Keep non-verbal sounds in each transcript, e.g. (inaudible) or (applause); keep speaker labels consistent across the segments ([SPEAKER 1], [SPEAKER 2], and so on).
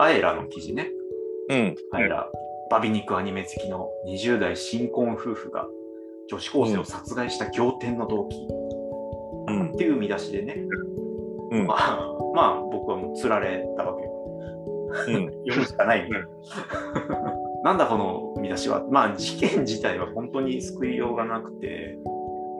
[SPEAKER 1] アエラの記事ね。
[SPEAKER 2] うん。
[SPEAKER 1] アエラ、バビ肉アニメ好きの20代新婚夫婦が女子高生を殺害した仰天の動機
[SPEAKER 2] うん
[SPEAKER 1] っ。ていう見出しでね、
[SPEAKER 2] うん
[SPEAKER 1] ま。あ、まあ僕はもう釣られたわけよ。
[SPEAKER 2] うん。
[SPEAKER 1] (laughs) 読むしかないみたいな。 (laughs) なんだこの見出しは。まあ事件自体は本当に救いようがなくて、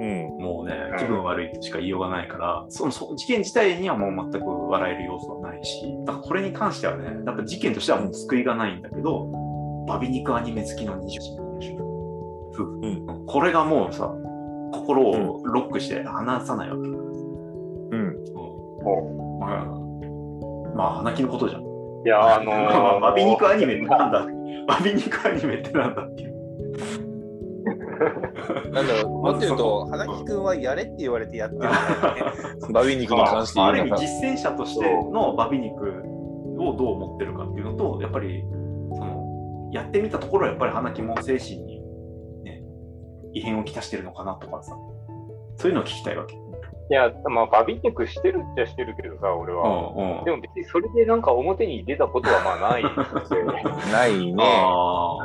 [SPEAKER 2] うん。
[SPEAKER 1] もうね、気分悪いとしか言いようがないから、そのそ事件自体にはもう全く笑える要素はないし、だからこれに関してはね、やっぱ事件としてはもう救いがないんだけど、バビ肉アニメ好きの20人夫婦、
[SPEAKER 2] う
[SPEAKER 1] これがもうさ、心をロックして離さないわけ。
[SPEAKER 2] うん。
[SPEAKER 1] まあ、まあ、鼻気のことじゃん。
[SPEAKER 3] いや、あ
[SPEAKER 1] (laughs)
[SPEAKER 3] の
[SPEAKER 1] まあ
[SPEAKER 3] ー、
[SPEAKER 1] バビ肉アニメってなんだバビ肉アニメってなんだっていう。
[SPEAKER 2] なんだろう、もっと言うと、花木くんはやれって言われてやってる (laughs) からね。バビ肉に関して
[SPEAKER 1] まあ、あ
[SPEAKER 2] 言う
[SPEAKER 1] る意
[SPEAKER 2] なら
[SPEAKER 1] 味。実践者としてのバビ肉をどう思ってるかっていうのとやっぱりそのやってみたところはやっぱり花木も精神に、ね、異変をきたしてるのかなとかさそういうのを聞きたいわけ。
[SPEAKER 3] いや、まあ、バビ肉してるっちゃしてるけどさ、俺は。
[SPEAKER 1] うん
[SPEAKER 3] でも別にそれでなんか表に出たことはまあ
[SPEAKER 1] (laughs)
[SPEAKER 3] ないですよね。
[SPEAKER 2] ないね。
[SPEAKER 1] あ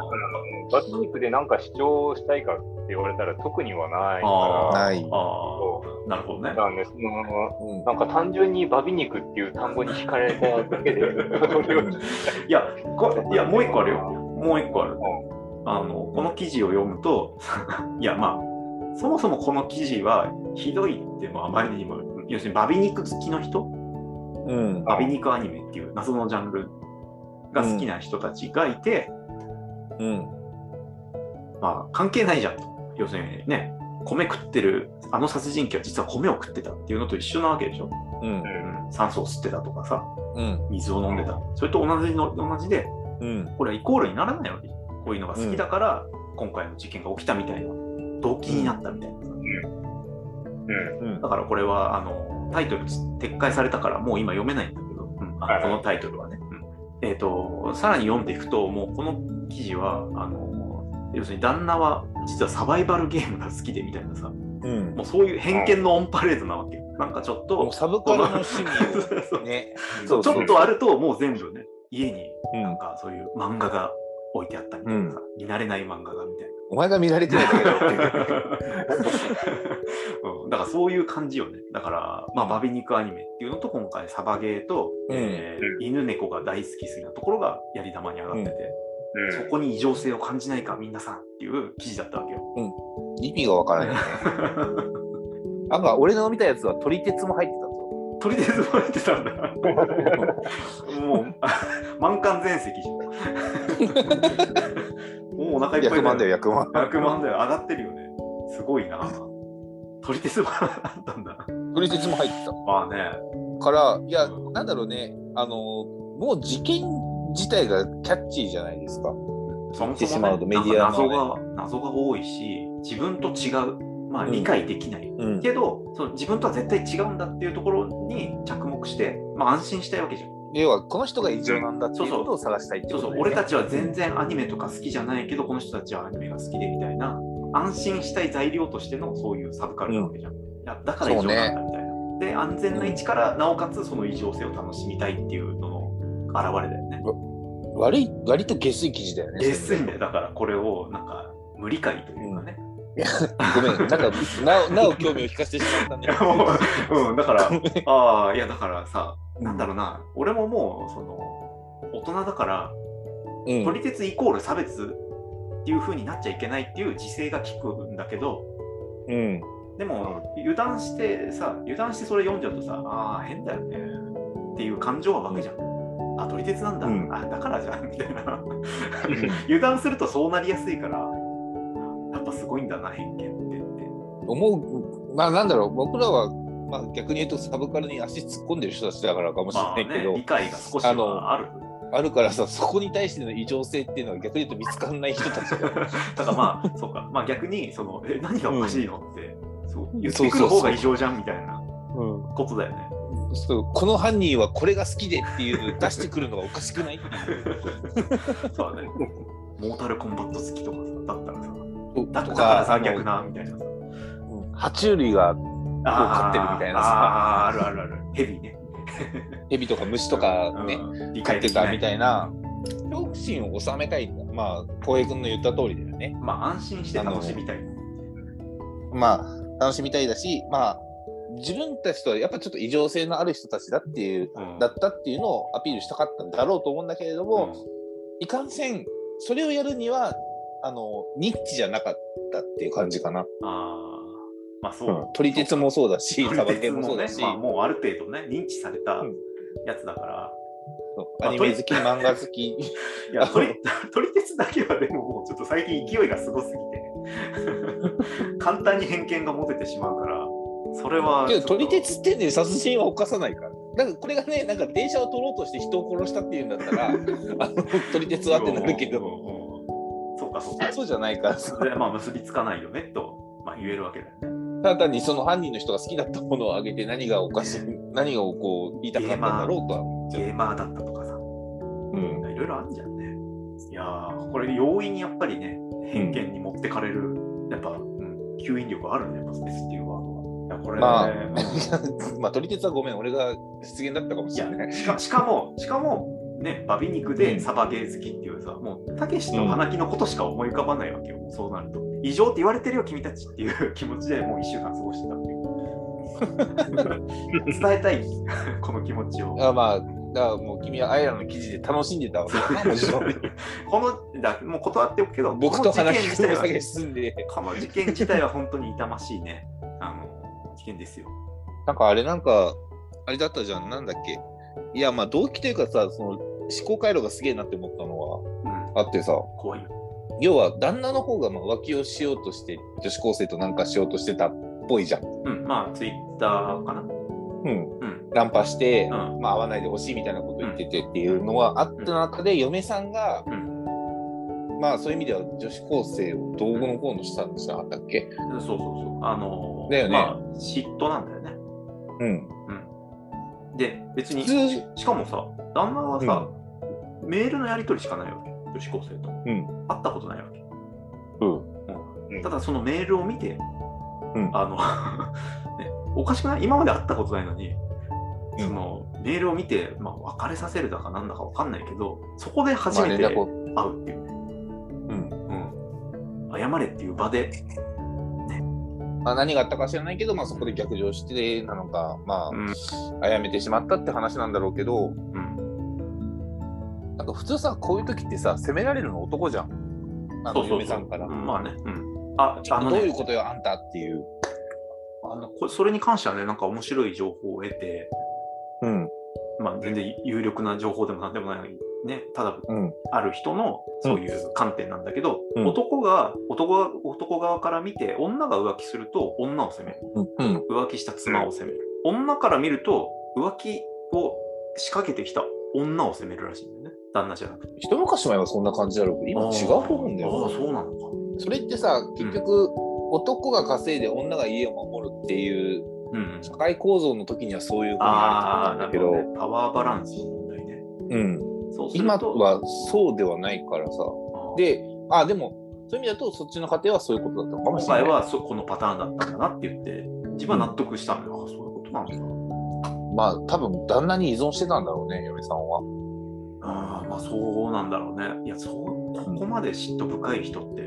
[SPEAKER 1] ー
[SPEAKER 3] バビ肉でなんか主張したいかって言われたら特にはな
[SPEAKER 1] あー
[SPEAKER 3] いから。
[SPEAKER 2] ない。
[SPEAKER 1] あ
[SPEAKER 3] そ
[SPEAKER 1] ーなるほどね
[SPEAKER 3] うだ。からね、その
[SPEAKER 2] うん
[SPEAKER 3] なんか単純にバビ肉っていう単語に惹かれただけで、それを聞い
[SPEAKER 1] いや (laughs) こいやもう一個あるよ。もう一個ある
[SPEAKER 3] ん。
[SPEAKER 1] あのこの記事を読むと (laughs) いやまあそもそもこの記事はひどいってもうあまりにも要するにバビ肉好きの人
[SPEAKER 2] うん。
[SPEAKER 1] バビ肉アニメっていう謎のジャンルが好きな人たちがいて、
[SPEAKER 2] うん。
[SPEAKER 1] まあ関係ないじゃんと。要するにね、米食ってる、あの殺人鬼は実は米を食ってたっていうのと一緒なわけでしょ。
[SPEAKER 2] うん。
[SPEAKER 1] うん、酸素を吸ってたとかさ、
[SPEAKER 2] うん。
[SPEAKER 1] 水を飲んでた。それと同じの同じで、
[SPEAKER 2] うん。
[SPEAKER 1] これはイコールにならないわけじゃん。こういうのが好きだから、今回の事件が起きたみたいな、動機になったみたいなさ。
[SPEAKER 3] うん
[SPEAKER 2] うん
[SPEAKER 1] だ。からこれはあのタイトル撤回されたからもう今読めないんだけど、うんあ
[SPEAKER 3] はい
[SPEAKER 1] このタイトルはね。うんえー、とさらに読んでいくともうこの記事はあの要するに旦那は実はサバイバルゲームが好きでみたいなさも
[SPEAKER 2] うん。
[SPEAKER 1] うそういう偏見のオンパレードなわけよ。なんかちょっ
[SPEAKER 2] もう
[SPEAKER 1] と
[SPEAKER 2] サブカルの趣味
[SPEAKER 1] そ
[SPEAKER 2] を
[SPEAKER 1] う
[SPEAKER 2] ね。
[SPEAKER 1] そうち
[SPEAKER 2] そう
[SPEAKER 1] ょっとあるともう全部ね家に
[SPEAKER 2] うん
[SPEAKER 1] なん。かそういう漫画が置いてあったみたいなさ、見慣れない漫画がみたいな。
[SPEAKER 2] お前が見られてないだけだよっていう。
[SPEAKER 1] うん、だからそういう感じよね。だから、まあ、バビ肉アニメっていうのと、今回、サバゲーと、
[SPEAKER 2] うん
[SPEAKER 1] えー犬猫が大好きすぎなところがやり玉に上がってて、
[SPEAKER 3] うん
[SPEAKER 1] そこに異常性を感じないか、皆さんっていう記事だったわけよ。 (laughs)
[SPEAKER 2] 意味がわからないよね。なんか俺の見たやつは取り鉄も入ってたぞ。
[SPEAKER 1] 取り出ずまれてたんだ。もう、あ満館全席じゃん。もうお腹いっぱい
[SPEAKER 2] 役満だよ、
[SPEAKER 1] よ。
[SPEAKER 2] 役満。
[SPEAKER 1] 100万だよ。上がってるよね。すごいな。取り手すまだったんだ。
[SPEAKER 2] 取り鉄も入ってた。
[SPEAKER 1] まあね。
[SPEAKER 2] から、いや、なんだろうね、あの、もう事件自体がキャッチーじゃないですか。
[SPEAKER 1] そも
[SPEAKER 2] って
[SPEAKER 1] そ
[SPEAKER 2] し
[SPEAKER 1] も
[SPEAKER 2] ま
[SPEAKER 1] ね、
[SPEAKER 2] うとメディアのね
[SPEAKER 1] なんか謎が謎が多いし自分と違う、まあ、
[SPEAKER 2] うん
[SPEAKER 1] 理解できない、
[SPEAKER 2] うん。
[SPEAKER 1] けどその自分とは絶対違うんだっていうところに着目して、まあ、安心したいわけじゃん
[SPEAKER 2] 要は、この人が異常なんだっていうことを探したいって
[SPEAKER 1] そう
[SPEAKER 2] こと
[SPEAKER 1] そ
[SPEAKER 2] だ
[SPEAKER 1] う、
[SPEAKER 2] よね
[SPEAKER 1] 俺たちは全然アニメとか好きじゃないけどこの人たちはアニメが好きでみたいな安心したい材料としてのそういうサブカルなわけじゃん、いやだから異常なんだみたいな、で安全な位置からなおかつその異常性を楽しみたいっていうのの表れだよね
[SPEAKER 2] 悪い、割と下水記事だよね。
[SPEAKER 1] 下水ねだからこれをなんか無理解というかね、
[SPEAKER 2] ご
[SPEAKER 1] (laughs)
[SPEAKER 2] めん、なんか、なお、なお興味を引かせてしまった
[SPEAKER 1] い
[SPEAKER 2] ね。
[SPEAKER 1] やもう、うん、
[SPEAKER 2] (laughs)
[SPEAKER 1] だから
[SPEAKER 2] ごめん、
[SPEAKER 1] ああ、いや、だからさ、なんだ
[SPEAKER 2] ろ
[SPEAKER 1] ろうな、俺ももう、その、大人だから、
[SPEAKER 2] う。うん。
[SPEAKER 1] 撮り鉄イコール差別っていう風になっちゃいけないっていう自制が効くんだけど、
[SPEAKER 2] うん。
[SPEAKER 1] でも、油断してさ、油断してそれ読んじゃうとさ、ああ、変だよねっていう感情は湧くじゃん。あ、撮り鉄なんだ、
[SPEAKER 2] うん
[SPEAKER 1] あ、だからじゃん、みたいな。油断するとそうなりやすいから、やっぱすごいんだな、偏見ってって。
[SPEAKER 2] 思う、まあなんだろう、僕らは、まあ逆に言うとサブカルに足突っ込んでる人たちだからかもし
[SPEAKER 1] まあ
[SPEAKER 2] れないけ
[SPEAKER 1] ね
[SPEAKER 2] ど、、
[SPEAKER 1] 理解が少し
[SPEAKER 2] あの
[SPEAKER 1] はある。
[SPEAKER 2] あるからさ、そこに対しての異常性っていうのは逆に言うと見つかんない人たち
[SPEAKER 1] (laughs)
[SPEAKER 2] が。
[SPEAKER 1] だからまあ、そうか、まあ逆に、その、え、何がおかしいのって、そう言ってく
[SPEAKER 2] そうそ
[SPEAKER 1] る
[SPEAKER 2] う
[SPEAKER 1] 方
[SPEAKER 2] そ
[SPEAKER 1] が
[SPEAKER 2] う
[SPEAKER 1] 異常じゃんみたいなことだよ
[SPEAKER 2] (laughs)
[SPEAKER 1] ね。
[SPEAKER 2] そうこの犯人はこれが好きでっていう出してくるのがおかしくないっていう
[SPEAKER 1] そうだね。モータルコンバット好きとかさ、だったらさ、 (laughs) だ
[SPEAKER 2] と
[SPEAKER 1] だから
[SPEAKER 2] か
[SPEAKER 1] さ、逆な、みたいなさ。
[SPEAKER 2] 爬虫類が飼
[SPEAKER 1] あ
[SPEAKER 2] ってるみたいなさ
[SPEAKER 1] さ。あーあるあるある。ヘビね。
[SPEAKER 2] 蛇とか虫とかね、
[SPEAKER 1] うん理
[SPEAKER 2] 飼っ
[SPEAKER 1] 解で
[SPEAKER 2] て
[SPEAKER 1] きな
[SPEAKER 2] たみたいな恐怖心を収めたいんだまあ浩平君の言った通りだよね
[SPEAKER 1] まあ安心して楽しみたい。
[SPEAKER 2] まあ楽しみたいだしまあ自分たちとはやっぱちょっと異常性のある人たちだっていう
[SPEAKER 1] うん
[SPEAKER 2] だったっていうのをアピールしたかったんだろうと思うんだけれども、いかんせんそれをやるにはあのニッチじゃなかったっていう感じかな、
[SPEAKER 1] うんああ、まあそう。
[SPEAKER 2] うん撮り鉄もそうだし
[SPEAKER 1] そう
[SPEAKER 2] サ
[SPEAKER 1] か
[SPEAKER 2] バゲーもそうだし、
[SPEAKER 1] まあ、もうある程度ね、認知された
[SPEAKER 2] うん
[SPEAKER 1] やつだから。
[SPEAKER 2] そうアニメ好き漫画好 (laughs) き
[SPEAKER 1] いや、 (laughs) 撮り撮り鉄だけはでももうちょっと最近勢いがすごすぎて、簡単に偏見が持ててしまうから、それは。
[SPEAKER 2] けど撮り
[SPEAKER 1] ちょっ
[SPEAKER 2] 鉄ってね殺人は犯さないからだからこれがねなんか電車を取ろうとして人を殺したっていうんだった
[SPEAKER 1] (laughs)
[SPEAKER 2] らあの撮り
[SPEAKER 1] と
[SPEAKER 2] 鉄はってなるけど
[SPEAKER 1] うんうん (laughs) うんそうか、そうか。
[SPEAKER 2] そうじゃないから
[SPEAKER 1] それはまあ結びつかないよねと、まあ、言えるわけだよね。
[SPEAKER 2] ただ単にその犯人の人が好きだったものをあげて何がおかしい何をこう言いたかったんだろうとは思っちゃ
[SPEAKER 1] ゲーマーだったとかさ、
[SPEAKER 2] う、うん、
[SPEAKER 1] いろいろあるじゃんね。いやー、これ容易にやっぱりね、偏見に持ってかれる、やっぱ、うん、吸引力あるね、やっぱスペスっていうワードは。いや、これね、
[SPEAKER 2] まあ
[SPEAKER 1] う
[SPEAKER 2] (laughs)
[SPEAKER 1] ん
[SPEAKER 2] まあ撮り鉄はごめん俺が失言だったかもしれない
[SPEAKER 1] しかしかも、しかも、ね、バビ肉でサバゲー好きっていうさ、もう、たけしと花木のことしか思い浮かばないわけよ、そうなると。異常って言われてるよ、君たちっていう (laughs) 気持ちでもう1週間過ごしてたっていう。
[SPEAKER 2] (laughs)
[SPEAKER 1] 伝えたい、 (laughs) この気持ちを。
[SPEAKER 2] あまあだからもう君はアイラの記事で楽しんでたわけだ
[SPEAKER 1] (laughs)
[SPEAKER 2] なもちろん
[SPEAKER 1] このだもう断っておくけど、
[SPEAKER 2] 僕と花木君
[SPEAKER 1] この
[SPEAKER 2] の
[SPEAKER 1] 事件自体
[SPEAKER 2] 酒
[SPEAKER 1] は
[SPEAKER 2] 進んで
[SPEAKER 1] この事件自体は本当に痛ましいね。あの事件ですよ。
[SPEAKER 2] なんかあれなんかあれだったじゃんなんだっけいやまあ動機というかさその思考回路がすげえなって思ったのは
[SPEAKER 1] うん、
[SPEAKER 2] あってさ
[SPEAKER 1] 怖いよ。
[SPEAKER 2] 要は旦那の方がまあ浮気をしようとして女子高生となんかしようとしてたっぽいじゃん、
[SPEAKER 1] うん、まあ、ツイッターかな。
[SPEAKER 2] うん、
[SPEAKER 1] うん、
[SPEAKER 2] ナンパして、
[SPEAKER 1] うん、
[SPEAKER 2] まあ、会わないでほしいみたいなこと言っててっていうのはあった中で、嫁さんが、
[SPEAKER 1] う
[SPEAKER 2] まあそういう意味では女子高生を道後の方のしたんじゃなかったっけ、
[SPEAKER 1] そうそうそう。あのー
[SPEAKER 2] だよね
[SPEAKER 1] まあ、嫉妬なんだよね。
[SPEAKER 2] うん、
[SPEAKER 1] で、別に、
[SPEAKER 2] 普
[SPEAKER 1] ししかもさ、旦那はさ、メールのやり取りしかないわけ。女子高生と。
[SPEAKER 2] ん
[SPEAKER 1] 会ったことないわけ。
[SPEAKER 2] うん、
[SPEAKER 1] ただ、そのメールを見て、
[SPEAKER 2] うん
[SPEAKER 1] あの、 (laughs) ね、おかしくない今まで会ったことないのに、
[SPEAKER 2] うん
[SPEAKER 1] そのメールを見て、まあ、別れさせるだかなんだかわかんないけど、そこで初
[SPEAKER 2] まあ
[SPEAKER 1] め
[SPEAKER 2] 連
[SPEAKER 1] て会
[SPEAKER 2] 絡を、
[SPEAKER 1] うっていう、
[SPEAKER 2] うん
[SPEAKER 1] うん、謝れっていう場で、
[SPEAKER 2] まあ、何があったか知らないけど、まあ、そこで逆上してなのかま
[SPEAKER 1] うん
[SPEAKER 2] ああやめてしまったって話なんだろうけど
[SPEAKER 1] うん、
[SPEAKER 2] なんか普通さこういう時ってさ責められるの男じゃんあ
[SPEAKER 1] そう
[SPEAKER 2] の
[SPEAKER 1] そうそう
[SPEAKER 2] 嫁さんから。
[SPEAKER 1] うんまあね、うん、ああの
[SPEAKER 2] どうい
[SPEAKER 1] ね
[SPEAKER 2] うことよあんたっていう、
[SPEAKER 1] あのこそれに関してはね、なんか面白い情報を得て、
[SPEAKER 2] うん
[SPEAKER 1] まあ、全然有力な情報でもなんでもない、ね、ただ
[SPEAKER 2] うん、
[SPEAKER 1] ある人のそういう観点なんだけど、
[SPEAKER 2] うん
[SPEAKER 1] 男が男が男側から見て女が浮気すると女を責める
[SPEAKER 2] うんうん
[SPEAKER 1] 浮気した妻を責める、女から見ると浮気を仕掛けてきた女を責めるらしいんだよね旦那じゃなくて
[SPEAKER 2] 一昔前はそんな感じだろうけど今違うと思うんだよな
[SPEAKER 1] ああそうなのか
[SPEAKER 2] それってさ結局、男が稼いで女が家を守るっていう
[SPEAKER 1] うんうん
[SPEAKER 2] 社会構造の時にはそういうふうに
[SPEAKER 1] あ
[SPEAKER 2] あ
[SPEAKER 1] あ
[SPEAKER 2] ると思うん
[SPEAKER 1] な
[SPEAKER 2] だけど
[SPEAKER 1] るほど、ね、パワーバランスの問題ね
[SPEAKER 2] うん、
[SPEAKER 1] そうする
[SPEAKER 2] 今
[SPEAKER 1] と
[SPEAKER 2] はそうではないからさ
[SPEAKER 1] ああ
[SPEAKER 2] であでもそういう意味だとそっちの家庭はそういうことだったのかも
[SPEAKER 1] 今
[SPEAKER 2] しれない
[SPEAKER 1] 回はそこのパターンだったんだなって言って自分は納得したのよ、ああそういうことなのか
[SPEAKER 2] まあ多分旦那に依存してたんだろうね嫁さんは
[SPEAKER 1] ああまあそうなんだろうね。いやそうここまで嫉妬深い人って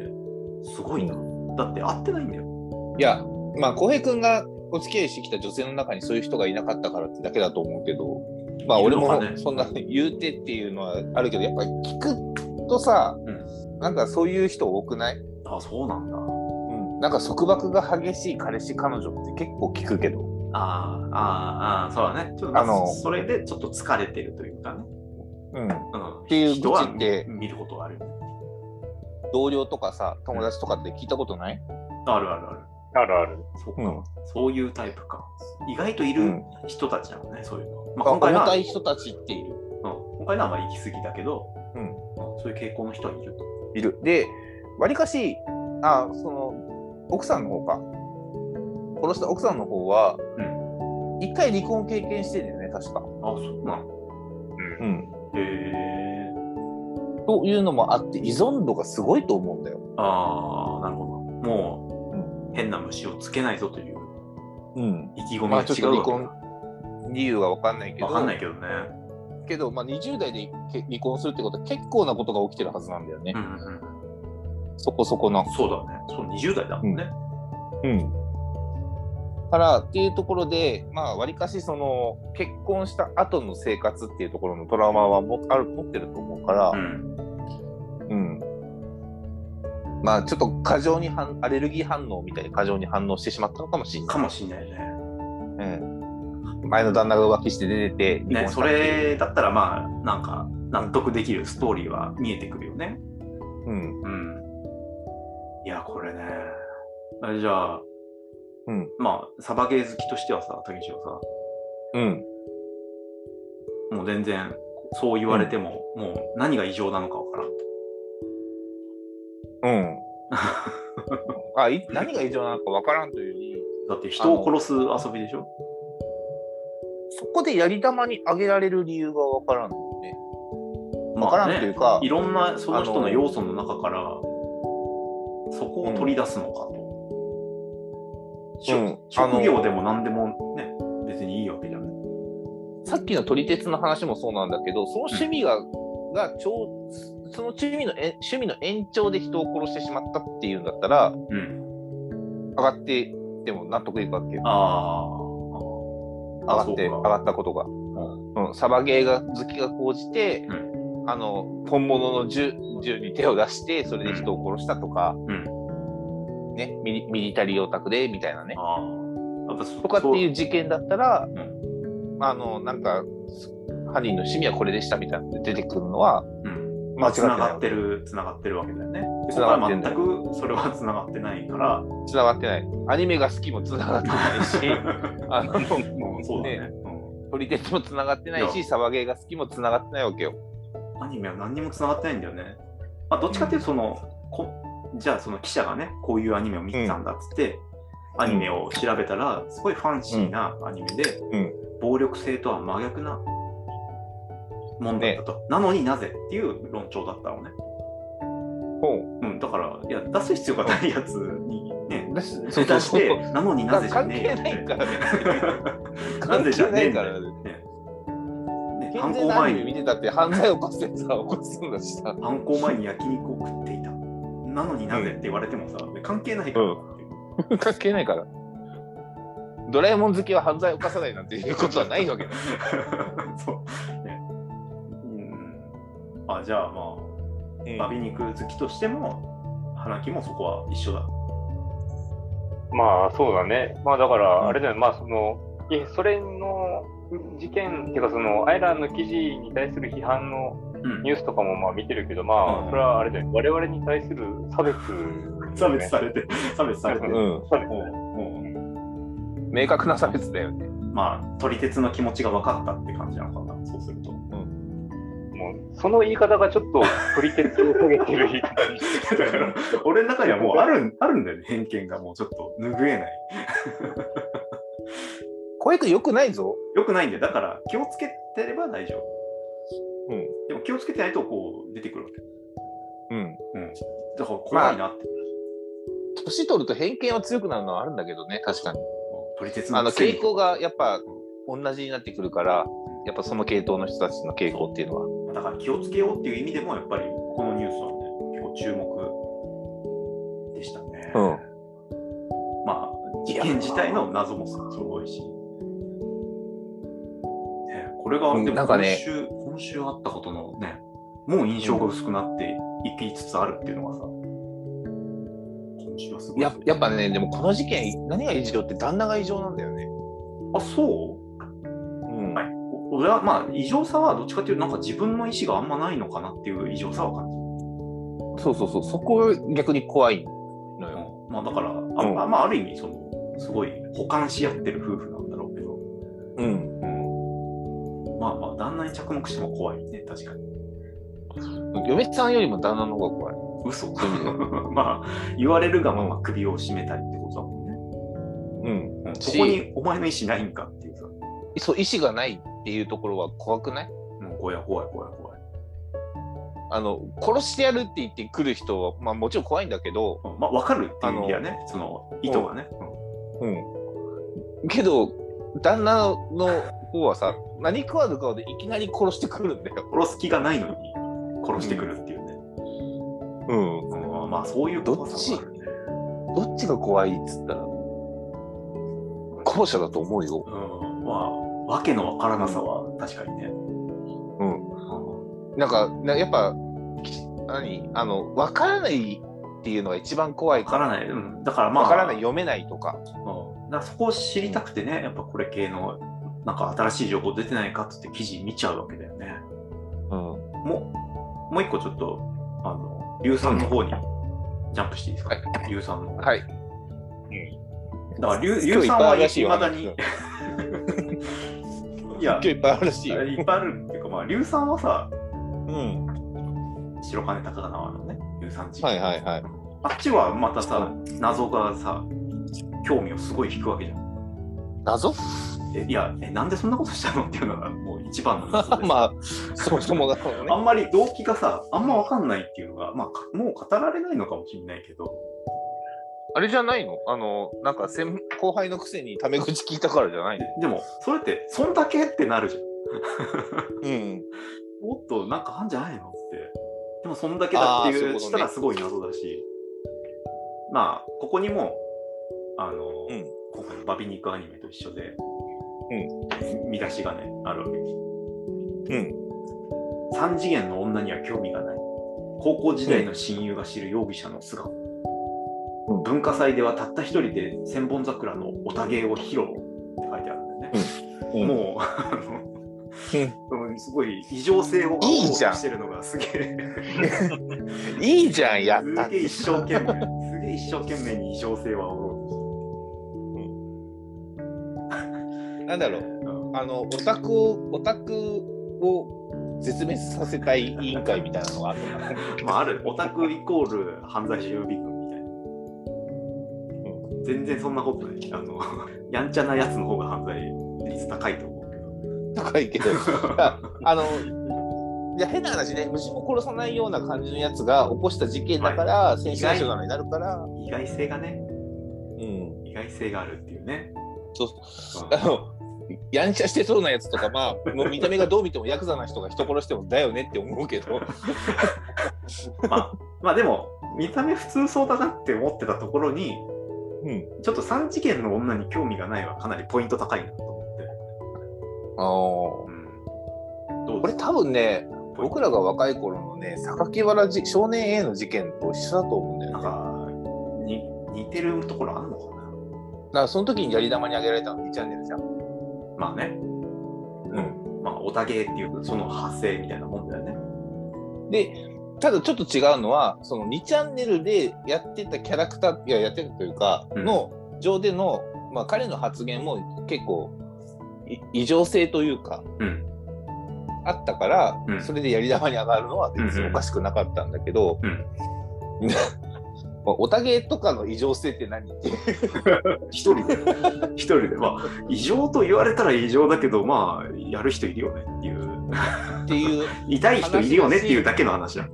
[SPEAKER 1] すごいな。だって会ってないんだよ。
[SPEAKER 2] いやまあ浩平君がお付き合いしてきた女性の中にそういう人がいなかったからってだけだと思うけどまあ
[SPEAKER 1] い
[SPEAKER 2] 俺
[SPEAKER 1] るのか
[SPEAKER 2] も
[SPEAKER 1] ね
[SPEAKER 2] そんな (laughs) 言うてっていうのはあるけどやっぱり聞くとさ、
[SPEAKER 1] う
[SPEAKER 2] なんかそういう人多くない
[SPEAKER 1] ああそうなんだ。
[SPEAKER 2] なんか束縛が激しい彼氏彼女って結構聞くけど、
[SPEAKER 1] ああああああそうだね。ちょっとまあ
[SPEAKER 2] あの
[SPEAKER 1] それでちょっと疲れてるというかね。うん、って
[SPEAKER 2] いう
[SPEAKER 1] 人は
[SPEAKER 2] 愚痴って
[SPEAKER 1] 見ることはあるよね。
[SPEAKER 2] 同僚とかさ友達とかって聞いたことない、
[SPEAKER 1] あるあるある。
[SPEAKER 3] あるある。
[SPEAKER 1] そうか、
[SPEAKER 2] うん
[SPEAKER 1] そういうタイプか。意外というる
[SPEAKER 2] ん
[SPEAKER 1] 人たちなのね、そういうのは。まあ、
[SPEAKER 2] 重
[SPEAKER 1] 今回のは、
[SPEAKER 2] た
[SPEAKER 1] うん、
[SPEAKER 2] い人たちっている、
[SPEAKER 1] 今回のはまあ行き過ぎだけど、うんそういう傾向の人はいると。
[SPEAKER 2] いるでわりかしあその奥さんの方か殺した奥さんの方は
[SPEAKER 1] うん、
[SPEAKER 2] 一回離婚を経験してるよね確か、
[SPEAKER 1] あそうなの。
[SPEAKER 3] うん。
[SPEAKER 1] へえ。
[SPEAKER 2] というのもあって依存度がすごいと思うんだよ、
[SPEAKER 1] ああ、なるほど。もう、変な虫をつけないぞという意気込
[SPEAKER 2] ま
[SPEAKER 1] みが
[SPEAKER 2] あちょっと
[SPEAKER 1] 違う
[SPEAKER 2] 離
[SPEAKER 1] わけだ
[SPEAKER 2] 婚理由は分かんないけど
[SPEAKER 1] わかんないけどね。
[SPEAKER 2] けど、まあ、20代でけ離婚するってことは結構なことが起きてるはずなんだよね
[SPEAKER 1] う、んうん
[SPEAKER 2] そこそこの
[SPEAKER 1] うん。そうだね。そう20代だもんね。
[SPEAKER 2] うん。からっていうところで、まあ、わりかしその結婚した後の生活っていうところのトラウマはもある持ってると思うから、
[SPEAKER 1] うん。
[SPEAKER 2] うん。まあ、ちょっと過剰に反アレルギー反応みたいに過剰に反応してしまったのかもしれない。
[SPEAKER 1] かもしんないね。
[SPEAKER 2] うん。前の旦那が浮気して出てて、
[SPEAKER 1] ね、
[SPEAKER 2] 離婚した
[SPEAKER 1] そ
[SPEAKER 2] っていう
[SPEAKER 1] れだったらまあなんか納得できるストーリーは見えてくるよね。
[SPEAKER 2] うん。
[SPEAKER 1] うん。いや、これね。あじゃあ、
[SPEAKER 2] うん。
[SPEAKER 1] まあ、サバゲー好きとしてはさ、竹内はさ、
[SPEAKER 2] うん。
[SPEAKER 1] もう全然、そう言われても、もう何が異常なのかわ
[SPEAKER 2] (laughs)
[SPEAKER 1] からん。
[SPEAKER 2] うん。あい何が異常なのかわからんというより、
[SPEAKER 1] だって人を殺す遊びでしょ
[SPEAKER 2] そこでやり玉にあげられる理由がわからんのね。わからんという
[SPEAKER 1] まあ
[SPEAKER 2] か
[SPEAKER 1] ね、い、ろんなその人
[SPEAKER 2] あ
[SPEAKER 1] の
[SPEAKER 2] の
[SPEAKER 1] 要素の中から、そこを取り出すのかと。しょ
[SPEAKER 2] うん
[SPEAKER 1] 職業でも何でもね、別にいいわけじゃない。
[SPEAKER 2] さっきの撮り鉄の話もそうなんだけど、その趣味が、が超、その趣味のえ趣味の延長で人を殺してしまったっていうんだったら、
[SPEAKER 1] うん。
[SPEAKER 2] 上がっていっても納得いくわけよ。
[SPEAKER 1] あ
[SPEAKER 2] 上
[SPEAKER 1] あ。
[SPEAKER 2] がって、
[SPEAKER 1] そう
[SPEAKER 2] 上
[SPEAKER 1] か
[SPEAKER 2] がったことが。うん、サバゲーが好きが高じて、
[SPEAKER 1] う
[SPEAKER 2] あの、本物の銃銃に手を出して、それで人を殺したとか、
[SPEAKER 1] うん
[SPEAKER 2] ね、ミリミリタリーオタクで、みたいなね。
[SPEAKER 1] ああ。やっぱそ
[SPEAKER 2] とかって
[SPEAKER 1] そう
[SPEAKER 2] いう事件だったら、
[SPEAKER 1] ん
[SPEAKER 2] あの、なんか、犯人の趣味はこれでしたみたいなので出てくるのは、
[SPEAKER 1] うん
[SPEAKER 2] 間違って
[SPEAKER 1] 繋
[SPEAKER 2] ない
[SPEAKER 1] がってる、繋がってるわけだよね。で
[SPEAKER 2] 繋がってんだ
[SPEAKER 1] 全くそれは繋がってな
[SPEAKER 2] (laughs)
[SPEAKER 1] いから。
[SPEAKER 2] つながってない。アニメが好きもつながってない
[SPEAKER 1] (laughs)
[SPEAKER 2] し、あの、
[SPEAKER 1] うんそうだね。
[SPEAKER 2] 撮り鉄もつながってない
[SPEAKER 1] い
[SPEAKER 2] し、
[SPEAKER 1] や
[SPEAKER 2] サバゲーが好きもつながってないわけよ。
[SPEAKER 1] うんアニメは何にも繋がってないんだよね。まあ、どっちかっていうと、その、こじゃあその記者がね、こういうアニメを見てたんだっつって、アニメを調べたら、すごいファンシーなアニメで、
[SPEAKER 2] うん
[SPEAKER 1] 暴力性とは真逆な問題だと。なのになぜっていう論調だったのね。うん、だから、いや、出す必要がないやつにね、
[SPEAKER 2] だし (laughs)
[SPEAKER 1] 出して、なのになぜじゃ
[SPEAKER 2] 関
[SPEAKER 1] ねえ
[SPEAKER 2] 係
[SPEAKER 1] よ
[SPEAKER 2] ない
[SPEAKER 1] って
[SPEAKER 2] からね。
[SPEAKER 1] (laughs) なんでじゃねえんだ
[SPEAKER 2] から
[SPEAKER 1] よ。ね、
[SPEAKER 2] 健
[SPEAKER 1] 犯
[SPEAKER 2] 全
[SPEAKER 1] 行
[SPEAKER 2] なア
[SPEAKER 1] 前
[SPEAKER 2] ニメ見
[SPEAKER 1] に、
[SPEAKER 2] てたって犯罪を犯すやつは起こすんだしさ。
[SPEAKER 1] 犯行前に焼肉を食っていた。なのになぜって言われてもさ、関係ないからっていう。
[SPEAKER 2] 関係ないから。ドラえもん好きは犯罪を犯さないなんていうことはないわけ
[SPEAKER 1] (laughs)
[SPEAKER 2] だ。
[SPEAKER 1] そう。 (laughs) ね。うん。あ、じゃあまあ、バビ肉好きとしても、花木もそこは一緒だ。
[SPEAKER 3] まあそうだね。まあだか
[SPEAKER 2] うん
[SPEAKER 3] ら、あれだよね、まあその、いやそれの事件っていうか、その、アイランの記事に対する批判の
[SPEAKER 1] うん
[SPEAKER 3] ニュースとかもまあ見てるけど、
[SPEAKER 1] う
[SPEAKER 3] ま
[SPEAKER 1] ん
[SPEAKER 3] あ、それはあれだよね、我々に対する差別、
[SPEAKER 1] (laughs) 差別されて、差別されて。
[SPEAKER 3] う
[SPEAKER 1] うん
[SPEAKER 2] う
[SPEAKER 3] 差別
[SPEAKER 1] うん
[SPEAKER 2] ん。明確な差別だよね。
[SPEAKER 1] まあ、撮り鉄の気持ちが分かったって感じなのかな、そうすると。
[SPEAKER 3] もう、その言い方がちょっと取り鉄を下げてる言い方にして
[SPEAKER 1] (laughs)
[SPEAKER 3] きて
[SPEAKER 1] だから、俺の中にはもうあるあるんだよね、偏見がもうちょっと拭えない。
[SPEAKER 2] 小く良くないぞ。
[SPEAKER 1] よくないんだよ、だから気をつけてれば大丈夫。
[SPEAKER 2] うん。
[SPEAKER 1] でも気をつけてないとこう出てくるわけ。
[SPEAKER 2] うん。
[SPEAKER 1] だから怖いなって。
[SPEAKER 2] 年取ると偏見は強くなるのはあるんだけどね、確かに。
[SPEAKER 1] 取り鉄
[SPEAKER 2] あの
[SPEAKER 1] くせに
[SPEAKER 2] 傾向がやっぱ同じになってくるから、やっぱその系統の人たちの傾向っていうのは。
[SPEAKER 1] だから気をつけようっていう意味でも、やっぱりこのニュースはね、結構注目でしたね。
[SPEAKER 2] うん
[SPEAKER 1] まあ、事件自体の謎もすごいし。ね、これが、
[SPEAKER 2] うん
[SPEAKER 1] でも
[SPEAKER 2] なんか
[SPEAKER 1] 今
[SPEAKER 2] ね
[SPEAKER 1] 週、今週あったことのね、もう印象が薄くなっていきつつあるっていうのがさ、今週はすごい。
[SPEAKER 2] ややっぱね、でもこの事件、何が異常って旦那が異常なんだよね。
[SPEAKER 1] あ、そ
[SPEAKER 2] う
[SPEAKER 1] う
[SPEAKER 2] ん
[SPEAKER 1] はい。お俺はまあ、異常さはどっちかというと、なんか自分の意思があんまないのかなっていう異常さは感じる
[SPEAKER 2] そうそうそう、そこ逆に怖いのよ。
[SPEAKER 1] まあだから、あ
[SPEAKER 2] ん
[SPEAKER 1] まあまあある意味そのすごい補完し合ってる夫婦なんだろうけど、
[SPEAKER 2] うん。
[SPEAKER 1] まあまあ旦那に着目しても怖いね確かに
[SPEAKER 2] 嫁さんよりも旦那の方が怖い。
[SPEAKER 1] 嘘
[SPEAKER 2] そういう意味では
[SPEAKER 1] (laughs)
[SPEAKER 2] (laughs)
[SPEAKER 1] まあ言われるがまま首を絞めたいってことだもんね、
[SPEAKER 2] うん。
[SPEAKER 1] うんそこにお前の意思ないんかっていうさ
[SPEAKER 2] そう、意思がないっていうところは怖くない
[SPEAKER 1] もう怖い怖い怖い怖い、
[SPEAKER 2] あの、殺してやるって言ってくる人は、まあもちろん怖いんだけど、
[SPEAKER 1] うんまあ分かるっていう意味ではねその意図がね、うん
[SPEAKER 2] けど、旦那の方はさ、何食わぬ顔でいきなり殺してくるんだよ。
[SPEAKER 1] 殺す気がないのに殺してくるっていうね。
[SPEAKER 2] うん。
[SPEAKER 1] うんまあそういう怖さもあるね。
[SPEAKER 2] どっちが怖いっつったら、後者だと思うよ。
[SPEAKER 1] うん、まあ、わけのわからなさは確かにね。
[SPEAKER 2] なんか、なやっぱ、き何あの、わからないっていうのが一番怖い
[SPEAKER 1] わか
[SPEAKER 2] から、
[SPEAKER 1] らない。うん、だからまあ、
[SPEAKER 2] わからない、読めないとか。
[SPEAKER 1] うん、だからそこを知りたくてね、やっぱこれ系の、なんか新しい情報出てないかっつって記事見ちゃうわけだよね。
[SPEAKER 2] うん。
[SPEAKER 1] もう、もう一個ちょっと、あの、硫酸の方にジャンプしていいですか、
[SPEAKER 2] はい
[SPEAKER 1] 硫酸の。
[SPEAKER 2] はい。
[SPEAKER 1] だから
[SPEAKER 2] 今日
[SPEAKER 1] 硫、硫
[SPEAKER 2] いっ
[SPEAKER 1] 酸
[SPEAKER 2] ぱいあ
[SPEAKER 1] は
[SPEAKER 2] るら
[SPEAKER 1] い
[SPEAKER 2] しいよ
[SPEAKER 1] まだに。い
[SPEAKER 2] 話
[SPEAKER 1] や
[SPEAKER 2] (laughs) 今、日いっぱいあるらしいよ。
[SPEAKER 1] いっぱいあるっていうか、まあ、硫酸はさ、
[SPEAKER 2] うん。
[SPEAKER 1] 白金高田縄のね、硫酸地域。
[SPEAKER 2] はいはいはい。
[SPEAKER 1] あっちはまたさ、謎がさ、興味をすごい引くわけじゃん。
[SPEAKER 2] 謎
[SPEAKER 1] えいやえ、なんでそんなことしたのっていうのがもう一番の謎
[SPEAKER 2] (laughs)
[SPEAKER 1] で
[SPEAKER 2] まあ、そもそもだろう
[SPEAKER 1] あ
[SPEAKER 2] ね。
[SPEAKER 1] んまり動機がさ、あんま分かんないっていうのが、まあ、かもう語られないのかもしれないけど、
[SPEAKER 2] あれじゃないのあの、なんか先後輩のくせにタメ口聞いたからじゃないの
[SPEAKER 1] ででも、それって、そんだけってなるじゃん。
[SPEAKER 2] うん。
[SPEAKER 1] もっとなんかあんじゃないのって。でも、そんだけだって
[SPEAKER 2] あーそうい
[SPEAKER 1] いう
[SPEAKER 2] こと
[SPEAKER 1] う、
[SPEAKER 2] ね
[SPEAKER 1] したらすごい謎だし、まあ、ここにも、あの、
[SPEAKER 2] うん
[SPEAKER 1] 今回のバビ肉アニメと一緒で、
[SPEAKER 2] う
[SPEAKER 1] 見出しがね、あるわけで
[SPEAKER 2] う
[SPEAKER 1] す。
[SPEAKER 2] ん。
[SPEAKER 1] 3次元の女には興味がない高校時代の親友が知る容疑者の素顔、
[SPEAKER 2] うん
[SPEAKER 1] 文化祭ではたった一人で千本桜のおたげを披露って書いてあるんだよね、
[SPEAKER 2] うんうん
[SPEAKER 1] も
[SPEAKER 2] (laughs)
[SPEAKER 1] うあの、うんすごい異常性を
[SPEAKER 2] いいじゃん
[SPEAKER 1] してるのがすげえ
[SPEAKER 2] いいじゃん、やっ
[SPEAKER 1] す
[SPEAKER 2] たっ
[SPEAKER 1] げえ
[SPEAKER 2] て。
[SPEAKER 1] 一生懸命すげえ一生懸命に異常性は煽ろ
[SPEAKER 2] なんだろう。
[SPEAKER 1] うとして
[SPEAKER 2] あの、オタクを、オタクを絶滅させたい委員会みたいなのがあるのかな。 (laughs)
[SPEAKER 1] うんまああるオタクイコール犯罪者予備軍みたいな、全然そんなことないあの (laughs) やんちゃなやつの方が犯罪率高いと思うけど
[SPEAKER 2] 高いけど。あ (laughs) あの、いや変な話ね、虫も殺さないような感じのやつが起こした事件だから、先生のになるから、
[SPEAKER 1] 意外性がね
[SPEAKER 2] うん、
[SPEAKER 1] 意外性があるっていうね、
[SPEAKER 2] そう
[SPEAKER 1] う
[SPEAKER 2] あの、やんちゃしてそうなやつとか、まあ、もう見た目がどう見てもヤクザな人が人殺してもだよねって思うけど、
[SPEAKER 1] んまあ、まあでも見た目普通そうだなって思ってたところに
[SPEAKER 2] うん。
[SPEAKER 1] ちょっと3次元の女に興味がないはかなりポイント高いなと思って、
[SPEAKER 2] あの
[SPEAKER 1] うん、どう
[SPEAKER 2] これ多分ね、僕らが若い頃のね、榊原じ少年 A の事件と一緒だと思うんだよね。
[SPEAKER 1] なん
[SPEAKER 2] だか
[SPEAKER 1] かに似てるところあんのかな
[SPEAKER 2] らその時にやり玉にあげられたの2チャンネルじゃん。
[SPEAKER 1] まあね
[SPEAKER 2] う
[SPEAKER 1] まあおたげっていうその派生みたいなもんだよね
[SPEAKER 2] ん。で、ただちょっと違うのは、その2チャンネルでやってたキャラクター、いや、やってたというか、
[SPEAKER 1] うん
[SPEAKER 2] の上での、まあ彼の発言も結構、い異常性というか、
[SPEAKER 1] うん
[SPEAKER 2] あったから、
[SPEAKER 1] うん
[SPEAKER 2] それでやり玉に上がるのは別におかしくなかったんだけど、
[SPEAKER 1] うん
[SPEAKER 2] おたげとかの異常性って何 (laughs) って
[SPEAKER 1] 一人で一人でまあ異常と言われたら異常だけどまあやる人いるよねっていう
[SPEAKER 2] っていう
[SPEAKER 1] 痛い人いるよねっていうだけの話だ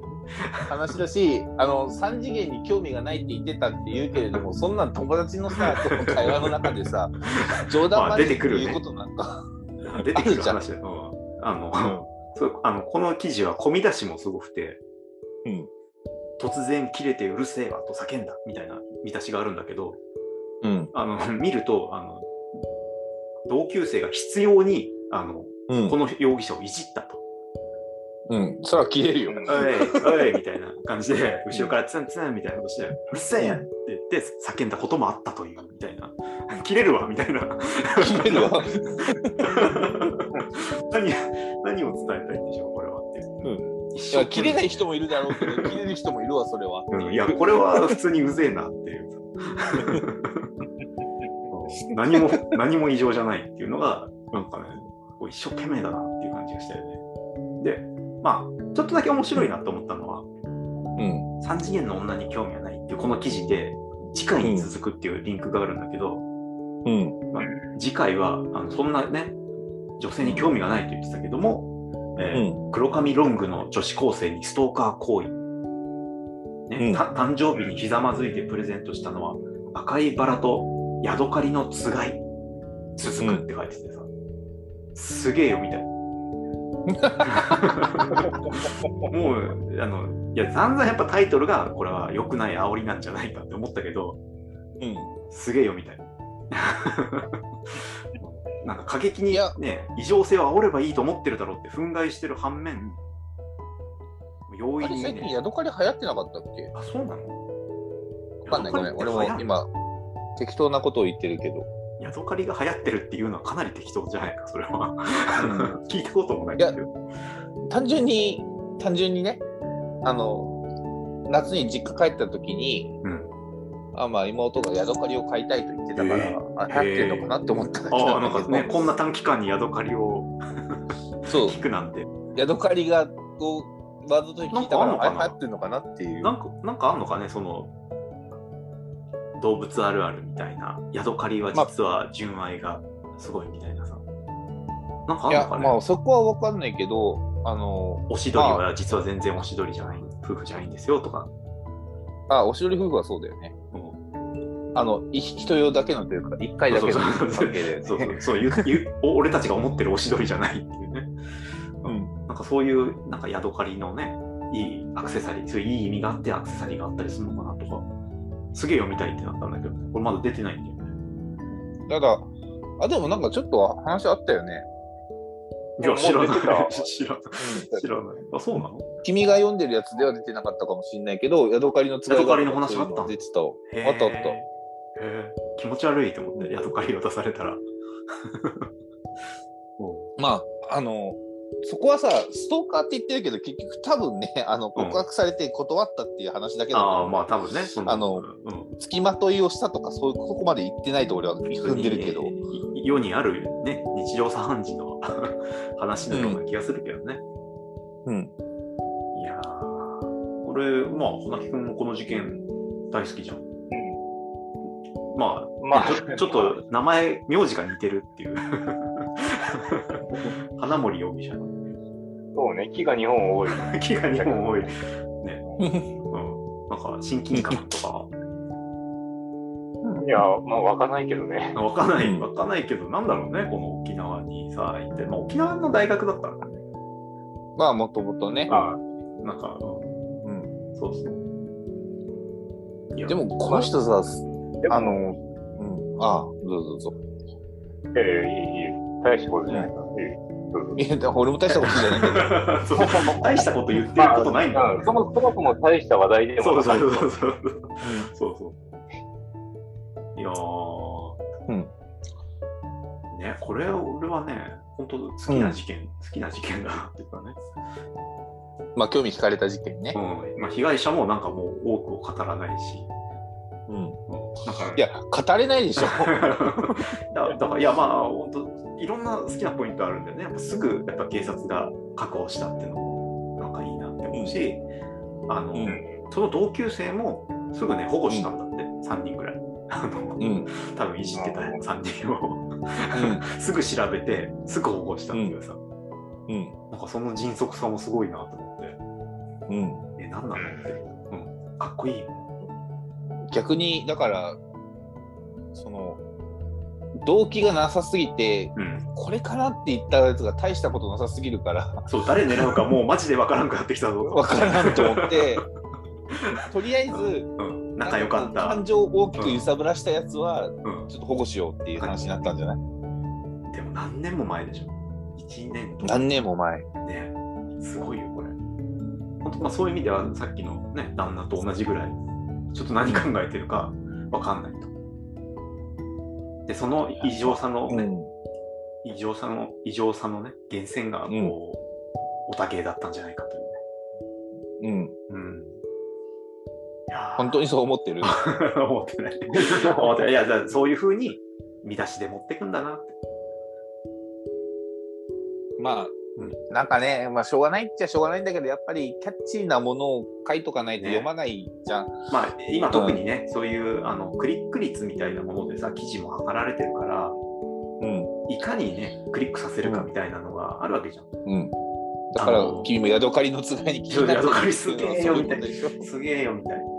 [SPEAKER 2] 話だし、あの3次元に興味がないって言ってたって言うけれども、そんなん友達のさ、この会話の中で
[SPEAKER 1] (laughs)
[SPEAKER 2] さ、冗談
[SPEAKER 1] ま
[SPEAKER 2] ま
[SPEAKER 1] あ
[SPEAKER 2] で
[SPEAKER 1] 出
[SPEAKER 2] 言
[SPEAKER 1] てくるね
[SPEAKER 2] うことなんか、
[SPEAKER 1] 出てくる話だよ。うんあの、そうあのこの記事は込み出しもすごくて、
[SPEAKER 2] うん
[SPEAKER 1] 突然切れてうるせえわと叫んだみたいな見出しがあるんだけど、
[SPEAKER 2] うん、
[SPEAKER 1] あの (laughs) 見るとあの同級生が必要にあの
[SPEAKER 2] う
[SPEAKER 1] こ
[SPEAKER 2] ん、
[SPEAKER 1] の容疑者をいじったと。
[SPEAKER 2] うん、それは切れるよ。
[SPEAKER 1] おいおいみたいな感じで、後ろからツンツンみたいなことして、うるせえって言って叫んだこともあったというみたいな、 (laughs) 切れるわみたいな。
[SPEAKER 2] 切れるわ。
[SPEAKER 1] (laughs) 何何を伝えたいんでしょう、これはって。一
[SPEAKER 2] いや
[SPEAKER 1] 生懸命
[SPEAKER 2] 切れない人もいるだろうけど、切れる人もいるわ、それはって
[SPEAKER 1] うんい
[SPEAKER 2] いう。 (laughs)
[SPEAKER 1] や、これは普通にうぜえなっていう。何も、何も異常じゃないっていうのが、なんかね、こう一生懸命だなっていう感じがしたよね。で、まあ、ちょっとだけ面白いなと思ったのは、
[SPEAKER 2] うん、
[SPEAKER 1] 3次元の女に興味がないっていうこの記事で、次回に続くっていうリンクがあるんだけど、
[SPEAKER 2] うん、
[SPEAKER 1] 次回は、あのそんなね、女性に興味がないと言ってたけども、えー
[SPEAKER 2] う
[SPEAKER 1] 黒髪ロングの女子高生にストーカー行為、ね
[SPEAKER 2] うん
[SPEAKER 1] た誕生日にひざまずいてプレゼントしたのは赤いバラとヤドカリのつがい続くって書いててさ、すげえよ
[SPEAKER 2] (laughs)
[SPEAKER 1] みたいな。もうあのいや散々やっぱタイトルがこれは良くない煽りなんじゃないかって思ったけど
[SPEAKER 2] うん。
[SPEAKER 1] すげえよみ
[SPEAKER 2] (laughs)
[SPEAKER 1] たいな。なんか過激に
[SPEAKER 2] いや
[SPEAKER 1] ね異常性を煽ればいいと思ってるだろうって憤慨してる反面容
[SPEAKER 2] あ
[SPEAKER 1] 易
[SPEAKER 2] れ
[SPEAKER 1] に
[SPEAKER 2] 最近
[SPEAKER 1] ね
[SPEAKER 2] ヤドカリ流行ってなかったっけ
[SPEAKER 1] あそうなの
[SPEAKER 2] わかんないごめん。俺も今適当なことを言ってるけど。
[SPEAKER 1] ヤドカリが流行ってるっていうのはかなり適当じゃないかそれは (laughs) 聞いたこともない
[SPEAKER 2] いや
[SPEAKER 1] けど
[SPEAKER 2] 単純に単純にねあの夏に実家帰った時に、
[SPEAKER 1] うん
[SPEAKER 2] あまあ妹がヤドカリを買いたいと言ってたから、
[SPEAKER 1] えー
[SPEAKER 2] あ流行ってるのかなって思っただけ
[SPEAKER 1] ああ
[SPEAKER 2] な
[SPEAKER 1] なんん
[SPEAKER 2] だ
[SPEAKER 1] か
[SPEAKER 2] けど、
[SPEAKER 1] ねこんな短期間にヤドカリを
[SPEAKER 2] そう
[SPEAKER 1] 聞くなんて
[SPEAKER 2] ヤドカリがこうワードとして聞いたから
[SPEAKER 1] なんかあんのかな
[SPEAKER 2] あ流行ってるのかなっていう
[SPEAKER 1] なんかなんかあんのかねその動物あるあるみたいなヤドカリは実は純愛がすごいみたいなさ、なんかあ
[SPEAKER 2] い
[SPEAKER 1] んの
[SPEAKER 2] や
[SPEAKER 1] かね、
[SPEAKER 2] まあそこは分かんないけどあの
[SPEAKER 1] おしどりは実は全然おしどりじゃない夫婦じゃないんですよとか、
[SPEAKER 2] あおしどり夫婦はそうだよね
[SPEAKER 1] うん
[SPEAKER 2] あの一人用だけのというか一回だけの
[SPEAKER 1] そうそうそう
[SPEAKER 2] 関係で、
[SPEAKER 1] そうそうそう
[SPEAKER 2] (laughs)
[SPEAKER 1] いういうお俺たちが思ってるおしどりじゃないっていうね、
[SPEAKER 2] うん
[SPEAKER 1] なんかそういうなんかヤドカリのねいいアクセサリーそういういい意味があってアクセサリーがあったりするのかなとかすげえ読みたいってなったんだけどこれまだ出てないんだよ
[SPEAKER 2] (laughs)
[SPEAKER 1] ね
[SPEAKER 2] ただあでもなんかちょっと話あったよね、
[SPEAKER 1] いや知らない
[SPEAKER 3] もう出てた
[SPEAKER 1] 知らない知らないあそうなの
[SPEAKER 2] 君が読んでるやつでは出てなかったかもしれないけど、ヤドカリの使い
[SPEAKER 1] ヤドカリの話あった
[SPEAKER 2] 出てた。
[SPEAKER 1] へ
[SPEAKER 2] あ
[SPEAKER 1] ー
[SPEAKER 2] ったあった。
[SPEAKER 1] へー気持ち悪いと思って、ヤドカリを出されたら。
[SPEAKER 2] まあ、あの、そこはさ、ストーカーって言ってるけど、結局多分ね、あの告白されて断ったっていう話だけだから、
[SPEAKER 1] (laughs) ああ、まあ多分ね、そ
[SPEAKER 2] あの
[SPEAKER 1] うん
[SPEAKER 2] 付きまといをしたとか、そういうここまで言ってないと俺は踏んでるけど、
[SPEAKER 1] い世にある、ね、日常茶飯事の話のような気がするけどね。
[SPEAKER 2] うん、
[SPEAKER 1] いやー、これ、まあ、船木君もこの事件大好きじゃん。まあ、
[SPEAKER 3] まあ
[SPEAKER 1] ち
[SPEAKER 2] (laughs)
[SPEAKER 1] ょちょっと名前、名字が似てるっていう。 (laughs) 花森容疑者
[SPEAKER 2] (laughs)
[SPEAKER 1] の
[SPEAKER 3] そうね、木が日本多い。
[SPEAKER 1] 気が日本多い。ね。うん、なんか親近感とか。
[SPEAKER 3] いや、まあ、わかんないけどね。
[SPEAKER 1] わかんな
[SPEAKER 2] う
[SPEAKER 1] い、
[SPEAKER 2] ん
[SPEAKER 1] わかんないけど、なんだろうね、この沖縄にさ、行って、まあ、沖縄の大学だったからね、
[SPEAKER 2] まあ、もともとね。
[SPEAKER 1] あなんか、うん
[SPEAKER 2] うん
[SPEAKER 1] そうそう。いや
[SPEAKER 2] でも、この人さ、
[SPEAKER 3] でも
[SPEAKER 2] あの、うん、ああ、どうぞどうぞ。
[SPEAKER 3] ええいい、いい、大したことじゃないな。ええどうぞ
[SPEAKER 2] いや、だから俺も大したことじゃないけど、
[SPEAKER 1] そう大したこと言ってることないんだ
[SPEAKER 3] まあ
[SPEAKER 1] よ、
[SPEAKER 3] うんそもそもそも大した話題でも
[SPEAKER 1] そう
[SPEAKER 3] な
[SPEAKER 1] そ
[SPEAKER 3] か
[SPEAKER 1] う
[SPEAKER 3] った
[SPEAKER 1] そうそうそう。そうそう。いやー。
[SPEAKER 2] うん
[SPEAKER 1] ね、これ、俺はね、本当好きな事件、好きな事件だなっていうかね。
[SPEAKER 2] まあ、興味惹かれた事件ね。
[SPEAKER 1] うん。まあ、被害者もなんかもう多くを語らないし、
[SPEAKER 2] うん、
[SPEAKER 1] うん、なんか
[SPEAKER 2] いや、語れないでしょ。
[SPEAKER 1] (laughs) だだからいやまあ本当いろんな好きなポイントあるんだよねやっぱすぐやっぱ警察が確保したっていうのもなんかいいなって思うし、あの
[SPEAKER 2] うん
[SPEAKER 1] その同級生もすぐね保護したんだって、3人ぐらいあの、
[SPEAKER 2] うん、うん、
[SPEAKER 1] 多分いじってた
[SPEAKER 3] うん
[SPEAKER 1] 3人を (laughs) すぐ調べてすぐ保護したっていうさ、
[SPEAKER 2] うん、
[SPEAKER 1] なんかその迅速さもすごいなと思っ
[SPEAKER 2] うん。
[SPEAKER 1] てえ何なのって、うん、かっこいい
[SPEAKER 2] 逆にだからその動機がなさすぎて
[SPEAKER 1] うん、
[SPEAKER 2] これかなって言ったやつが大したことなさすぎるから
[SPEAKER 1] そう誰狙うかもうマジでわからんくなってきたぞ
[SPEAKER 2] わからんと思ってとりあえず
[SPEAKER 1] うん、仲良か
[SPEAKER 2] なんこ
[SPEAKER 1] っ
[SPEAKER 2] う
[SPEAKER 1] た
[SPEAKER 2] 感情を大きく揺さぶらしたやつは
[SPEAKER 1] うん
[SPEAKER 2] ちょっと保護しようっていう話になったんじゃない
[SPEAKER 1] でも何年も前でしょ。1年とか
[SPEAKER 2] 何年も前
[SPEAKER 1] ね。すごいよ、これ。本当まあそういう意味では、さっきのね、旦那と同じぐらい、ちょっと何考えてるかわかんないと。で、その異常さの
[SPEAKER 2] う
[SPEAKER 1] ね、
[SPEAKER 2] ん
[SPEAKER 1] 異常さの、異常さのね、源泉が、こう、
[SPEAKER 2] うん
[SPEAKER 1] おたけだったんじゃないかというね。
[SPEAKER 2] うん
[SPEAKER 1] うん。いやー
[SPEAKER 2] 本当にそう思って (laughs) る
[SPEAKER 1] (laughs) 思ってない。思ってない。いや、だからそういうふうに、見出しで持ってくんだなって。
[SPEAKER 2] まあ
[SPEAKER 1] うん
[SPEAKER 2] なんかね、まあ、しょうがないっちゃしょうがないんだけどやっぱりキャッチーなものを書いとかないと
[SPEAKER 1] ね
[SPEAKER 2] 読まないじゃん、
[SPEAKER 1] まあ、今特にね、そういうあのクリック率みたいなものでさ記事も測られてるから
[SPEAKER 2] うん
[SPEAKER 1] いかにねクリックさせるかみたいなのがあるわけじゃん。
[SPEAKER 2] うん。だから
[SPEAKER 1] あの、
[SPEAKER 2] 君もヤドカリのつがいに気になってるっていうのはそういうことでしょ。
[SPEAKER 1] すげえよみたいな。